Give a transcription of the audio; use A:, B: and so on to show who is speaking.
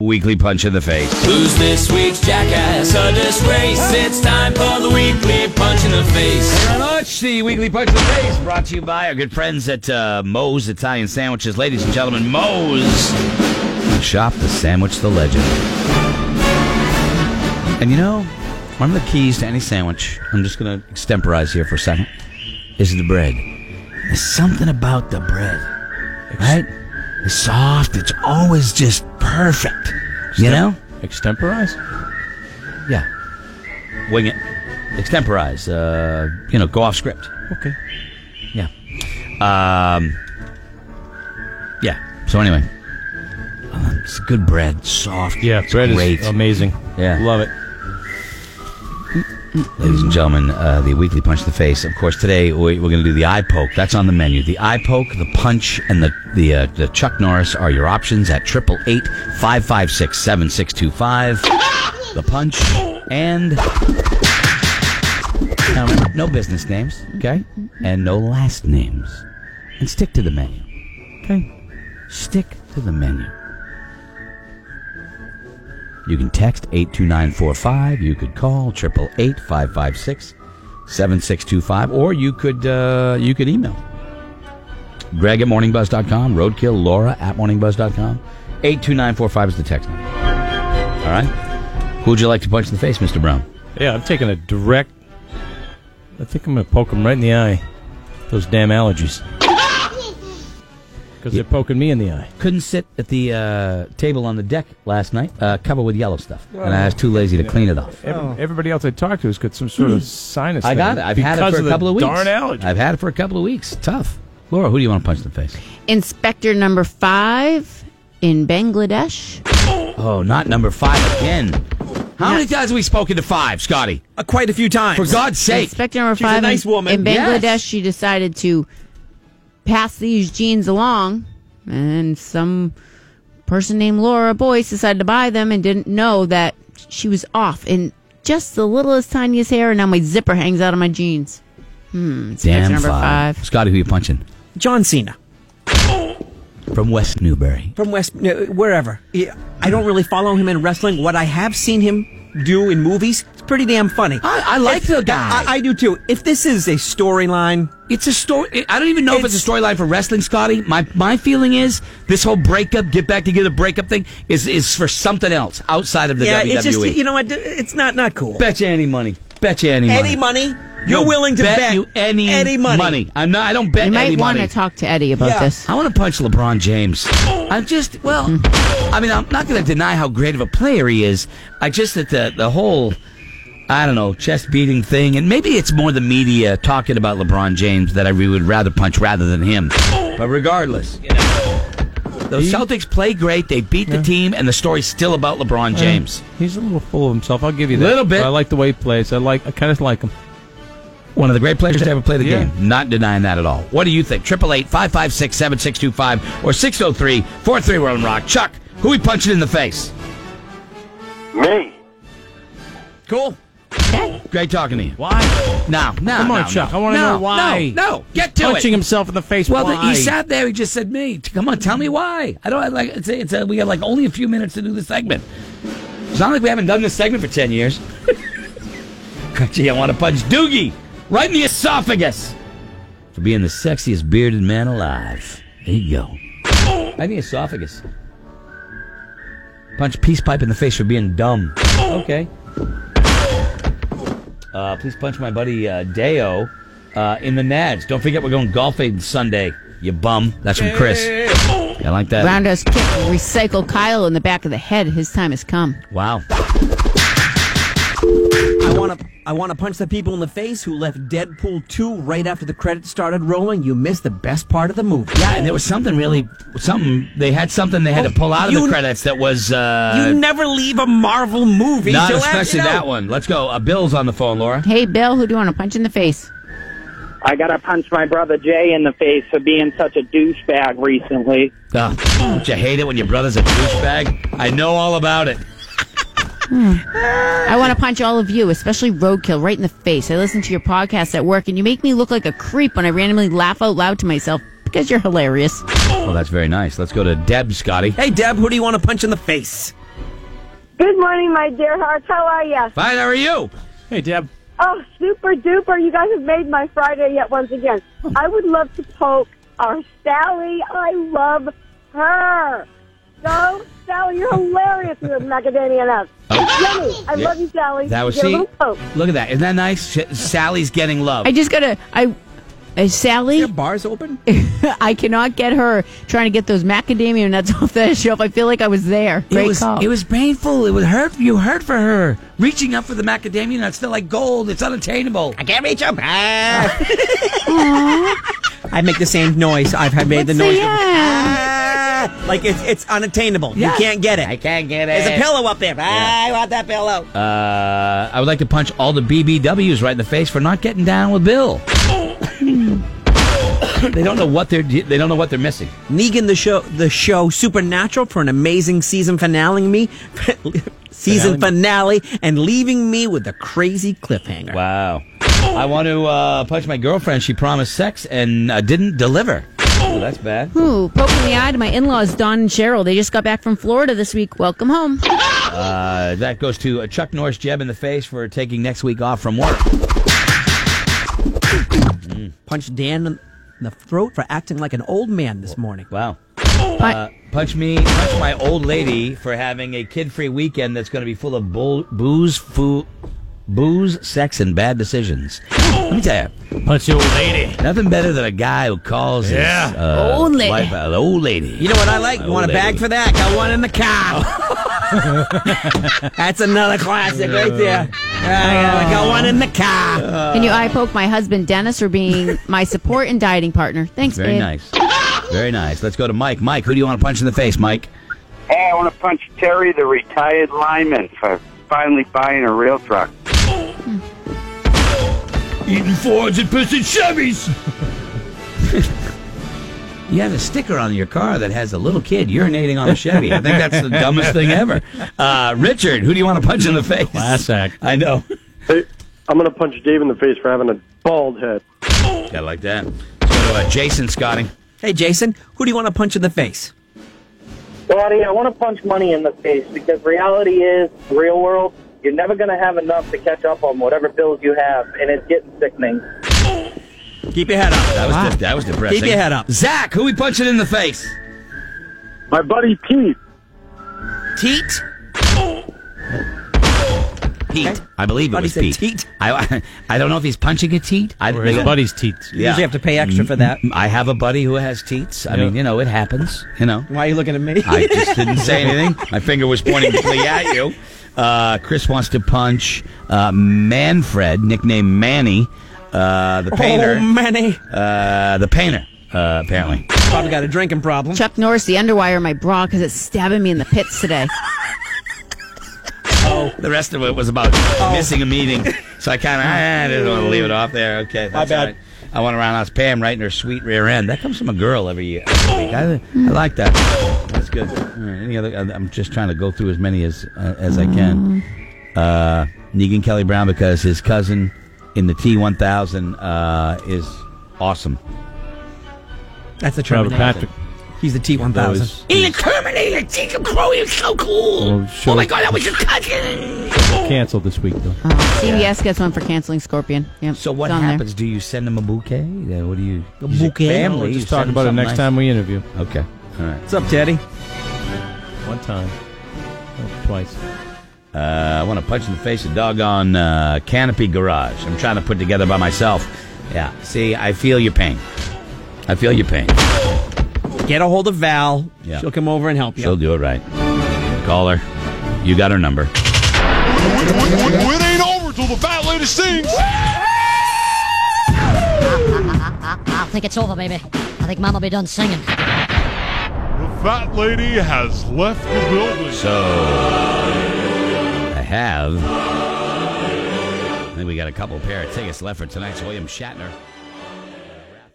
A: Weekly punch in the face.
B: Who's this week's jackass? A disgrace. It's time for the weekly punch in the face.
A: Very much the weekly punch in the face brought to you by our good friends at uh, Moe's Italian Sandwiches, ladies and gentlemen. Moe's shop the sandwich, the legend. And you know, one of the keys to any sandwich. I'm just gonna extemporize here for a second. Is the bread. There's something about the bread, right? It's soft. It's always just perfect. You know?
C: Extemporize?
A: Yeah. Wing it. Extemporize. Uh, you know, go off script.
C: Okay.
A: Yeah. Um, yeah. So anyway, um, it's good bread, soft.
C: Yeah,
A: it's
C: bread
A: great.
C: is amazing.
A: Yeah.
C: Love it.
A: Ladies and gentlemen, uh, the weekly punch in the face. Of course, today we- we're going to do the eye poke. That's on the menu. The eye poke, the punch, and the the, uh, the Chuck Norris are your options at triple eight five five six seven six two five. The punch and now, no business names, okay, and no last names, and stick to the menu, okay. Stick to the menu. You can text 82945. You could call 888 556 7625. Or you could, uh, you could email Greg at morningbuzz.com, roadkill Laura at morningbuzz.com. 82945 is the text number. All right. Who would you like to punch in the face, Mr. Brown?
C: Yeah, I'm taking a direct. I think I'm going to poke them right in the eye. Those damn allergies. Because they're poking me in the eye.
A: Couldn't sit at the uh, table on the deck last night, uh, covered with yellow stuff. and I was too lazy to clean it off.
D: Every, Everybody else I talked to has got some sort of sinus.
A: Oh. I got it.
D: thing
A: I've had it
D: because
A: for a
D: the
A: couple of weeks.
D: Darn allergy.
A: I've had it for a couple of weeks. Tough. Laura, who do you want to punch in the face?
E: Inspector number five in Bangladesh.
A: Oh, not number five again. How many times have we spoken to five, Scotty?
F: Uh, quite a few times.
A: For God's sake.
E: Inspector number
F: She's a
E: five in-
F: nice woman.
E: in
A: Yes.
E: Bangladesh. She decided to pass these jeans along, and some person named Laura Boyce decided to buy them and didn't know that she was off in just the littlest, tiniest hair, and now my zipper hangs out of my jeans. Hmm,
A: Damn
E: number five.
A: Scotty, who you punching?
F: John Cena
A: From West Newbury.
F: from West, no, wherever. Yeah, I don't really follow him in wrestling. What I have seen him do in movies, it's pretty damn funny.
A: I, I like
F: If-
A: the guy.
F: I, I do too. If this is a storyline,
A: it's a story. I don't even know if it's
F: It's-
A: a storyline for wrestling, Scotty. My my feeling is this whole breakup, get back together, breakup thing is is for something else outside of the E.
F: yeah,
A: WWE.
F: it's just you know what? It's not not cool.
A: bet you any money. Bet you any money.
F: Any money you're
A: No,
F: willing to
A: bet,
F: bet,
A: you any,
F: any money.
A: I'm not. I don't bet
E: You
A: any
E: might want
A: money.
E: to talk to Eddie about
F: Yeah.
E: this.
A: I want to punch LeBron James. I'm just well. I mean, I'm not going to deny how great of a player he is. I just that the the whole, I don't know, chest beating thing, and maybe it's more the media talking about LeBron James that I really would rather punch rather than him. But regardless, you know, those Celtics play great. They beat the team, and the story's still about LeBron James.
C: He's a little full of himself. I'll give you that.
A: Little bit.
C: But I like the way he plays. I like. I kind of like him.
A: One of the great players to ever play the
C: Yeah.
A: game. Not denying that at all. What do you think? 888-556-7625 or oh, 603 431 rock Chuck, who we punching in the face?
G: Me.
A: Cool. Great talking to you. Why? Now, now.
C: Come on,
A: now,
C: Chuck.
A: now.
C: I wanna
A: No,
C: know why.
A: No, no. Get to
C: Punching
A: it.
C: himself in the face.
A: Well, the,
C: why?
A: he sat there. He just said, "Me, T- come on, tell me why." I don't I like. It's a, it's a, we got like only a few minutes to do this segment. It's not like we haven't done this segment for ten years. Gee, I want to punch Doogie right in the esophagus for being the sexiest bearded man alive. There you go. Right in the esophagus. Punch peace pipe in the face for being dumb. Okay. Uh, please punch my buddy uh, Deo uh, in the nads. Don't forget we're going golfing Sunday. You bum. That's from Chris. I like that.
E: Roundhouse kick, recycle Kyle in the back of the head. His time has come.
A: Wow.
F: I want to I want to punch the people in the face who left Deadpool 2 right after the credits started rolling. You missed the best part of the movie.
A: Yeah, and there was something really, something they had something they had to pull out of
F: you-
A: the credits that was
F: You
A: uh,
F: never leave a Marvel movie
A: not
F: till after,
A: especially
F: you know.
A: that one. Let's go. Uh, Bill's on the phone, Laura.
E: Hey, Bill, who do you want to punch in the face?
H: I gotta punch my brother Jay in the face for being such a douchebag recently.
A: Uh, don't you hate it when your brother's a douchebag? I know all about it.
E: I want to punch all of you, especially Roadkill, right in the face. I listen to your podcast at work, and you make me look like a creep when I randomly laugh out loud to myself because you're hilarious.
A: Oh, Well, that's very nice. Let's go to Deb, Scotty.
F: Hey Deb, who do you want to punch in the face?
I: Good morning, my dear hearts. How are ya?
A: Fine, how are you?
C: Hey, Deb.
I: Oh, super duper. You guys have made my Friday yet once again. I would love to poke our Sally. I love her. So, Sally, you're hilarious with macadamia nuts. Yummy. I
A: Oh. Yeah.
I: love you, Sally.
A: That was
I: Get a
A: she.
I: little poke.
A: Look at that. Isn't that nice? Sh- Sally's getting love.
E: I just gotta. I, uh, Sally,
F: Your bar's open?
E: I cannot get her trying to get those macadamia nuts off that shelf. I feel like I was there.
A: it
E: Great
A: was
E: call.
A: it was painful. It was hurt. You hurt for her. Reaching up for the macadamia nuts, they're like gold. It's unattainable.
F: I can't reach him. I Ah. make the same noise. I've had made the
E: So,
F: noise.
E: yeah.
F: Ah, like it's it's unattainable.
A: Yeah.
F: You can't get it.
A: I can't get it.
F: There's a pillow up there. I want that pillow.
A: Uh, I would like to punch all the BBWs right in the face for not getting down with Bill. they don't know what they're they don't know what they're missing.
F: Negan the show the show Supernatural for an amazing season finale me season finale and leaving me with a crazy cliffhanger.
A: Wow. I want to uh, punch my girlfriend. She promised sex and uh, didn't deliver. Oh, that's bad.
E: Ooh, poking the eye to my in-laws, Don and Cheryl. They just got back from Florida this week. Welcome home.
A: Uh, that goes to uh, Chuck Norris Jeb in the face for taking next week off from work.
F: Punched Dan in the throat for acting like an old man this morning.
A: Wow. Uh, punch me, punch my old lady for having a kid-free weekend that's going to be full of bull, booze, foo, booze, sex, and bad decisions. Let me tell you,
C: Punch the old lady.
A: nothing better than a guy who calls
C: Yeah.
A: his uh,
E: Old lady.
A: wife an old lady.
F: You know what I
C: Oh,
F: like? You want a
A: old lady.
F: bag for that? Got one in the car. That's another classic right there. I got- I got one in the car.
E: Can you eye poke my husband Dennis for being my support and dieting partner? Thanks,
A: Very
E: babe.
A: nice. Very nice. Let's go to Mike. Mike, who do you want to punch in the face, Mike?
G: Hey, I want to punch Terry, the retired lineman, for finally buying a rail truck.
C: Eating Fords and pissing Chevys.
A: You have a sticker on your car that has a little kid urinating on a Chevy. I think that's the dumbest thing ever. Uh, Richard, who do you want to punch in the face?
C: Class act.
A: I know.
G: Hey, I'm going to punch Dave in the face for having a bald head.
A: Yeah, like that. Let's go to uh, Jason Scotting.
F: Hey, Jason, who do you want to punch in the face?
H: Daddy, I want to punch money in the face because reality is, real world, you're never going to have enough to catch up on whatever bills you have, and it's getting sickening.
F: Keep your head up.
A: That was de- that was depressing.
F: Keep your head up.
A: Zach, who we punching in the face?
G: My buddy Pete.
F: Teat.
A: Pete. I believe it
F: Buddy
A: was
F: said
A: Pete.
F: teat.
A: I, I don't know if he's punching a teat. I
C: Or his
A: they-
C: buddy's teats.
A: Yeah.
F: Usually have to pay extra for
C: Mm-hmm.
F: that.
A: I have a buddy who has teats. I
C: Yeah.
A: mean, you know, it happens. You know.
F: Why are you looking at me?
A: I just didn't say anything. My finger was pointing directly at you. Uh, Chris wants to punch uh, Manfred, nicknamed Manny, uh, the painter.
F: Oh, Manny.
A: uh, the painter, uh, apparently.
F: Probably got a drinking problem.
E: Chuck Norris, the underwire in my bra because it's stabbing me in the pits today.
A: The rest of it was about missing a meeting. So I kind of, I didn't want to leave it off there. Okay, that's
F: bad.
A: all right. I went around house Pam right in her sweet rear end. That comes from a girl every year. every week. I, I like that. That's good. All right, any other? I'm just trying to go through as many as uh, as I can. Uh, Negan Kelly Brown because his cousin in the T1000 uh, is awesome.
F: That's the
C: Robert
F: Terminator.
C: Patrick.
F: He's the
C: That
F: T1000.
C: was
A: Ian Terminator, Deacon Crow, you're so cool.
C: Well, sure. Oh my God,
A: that was your cousin.
C: canceled this week, though.
E: CBS gets one for canceling Scorpion. Yep,
A: So what
E: it's on there.
A: happens? Do you send them a bouquet? Yeah, What do you?
F: A
A: is it
F: bouquet?
A: Family.
F: We'll
A: You
F: just
C: Talk
A: send them
C: about it
A: something
C: next
A: nice?
C: time we interview.
A: Okay. All right.
F: What's up, Teddy?
C: One time. Oh, Twice.
A: Uh, I want to punch in the face a doggone uh, canopy garage. I'm trying to put together by myself. Yeah. See, I feel your pain. I feel your pain.
F: Get a hold of Val.
A: Yeah.
F: She'll come over and help you.
A: She'll do it right. Call her. You got her number.
J: It ain't over till the fat lady sings.
K: I think it's over, baby. I think Mama be done singing.
J: The fat lady has left the building.
A: So I have. I think we got a couple pair of tickets left for tonight's William Shatner.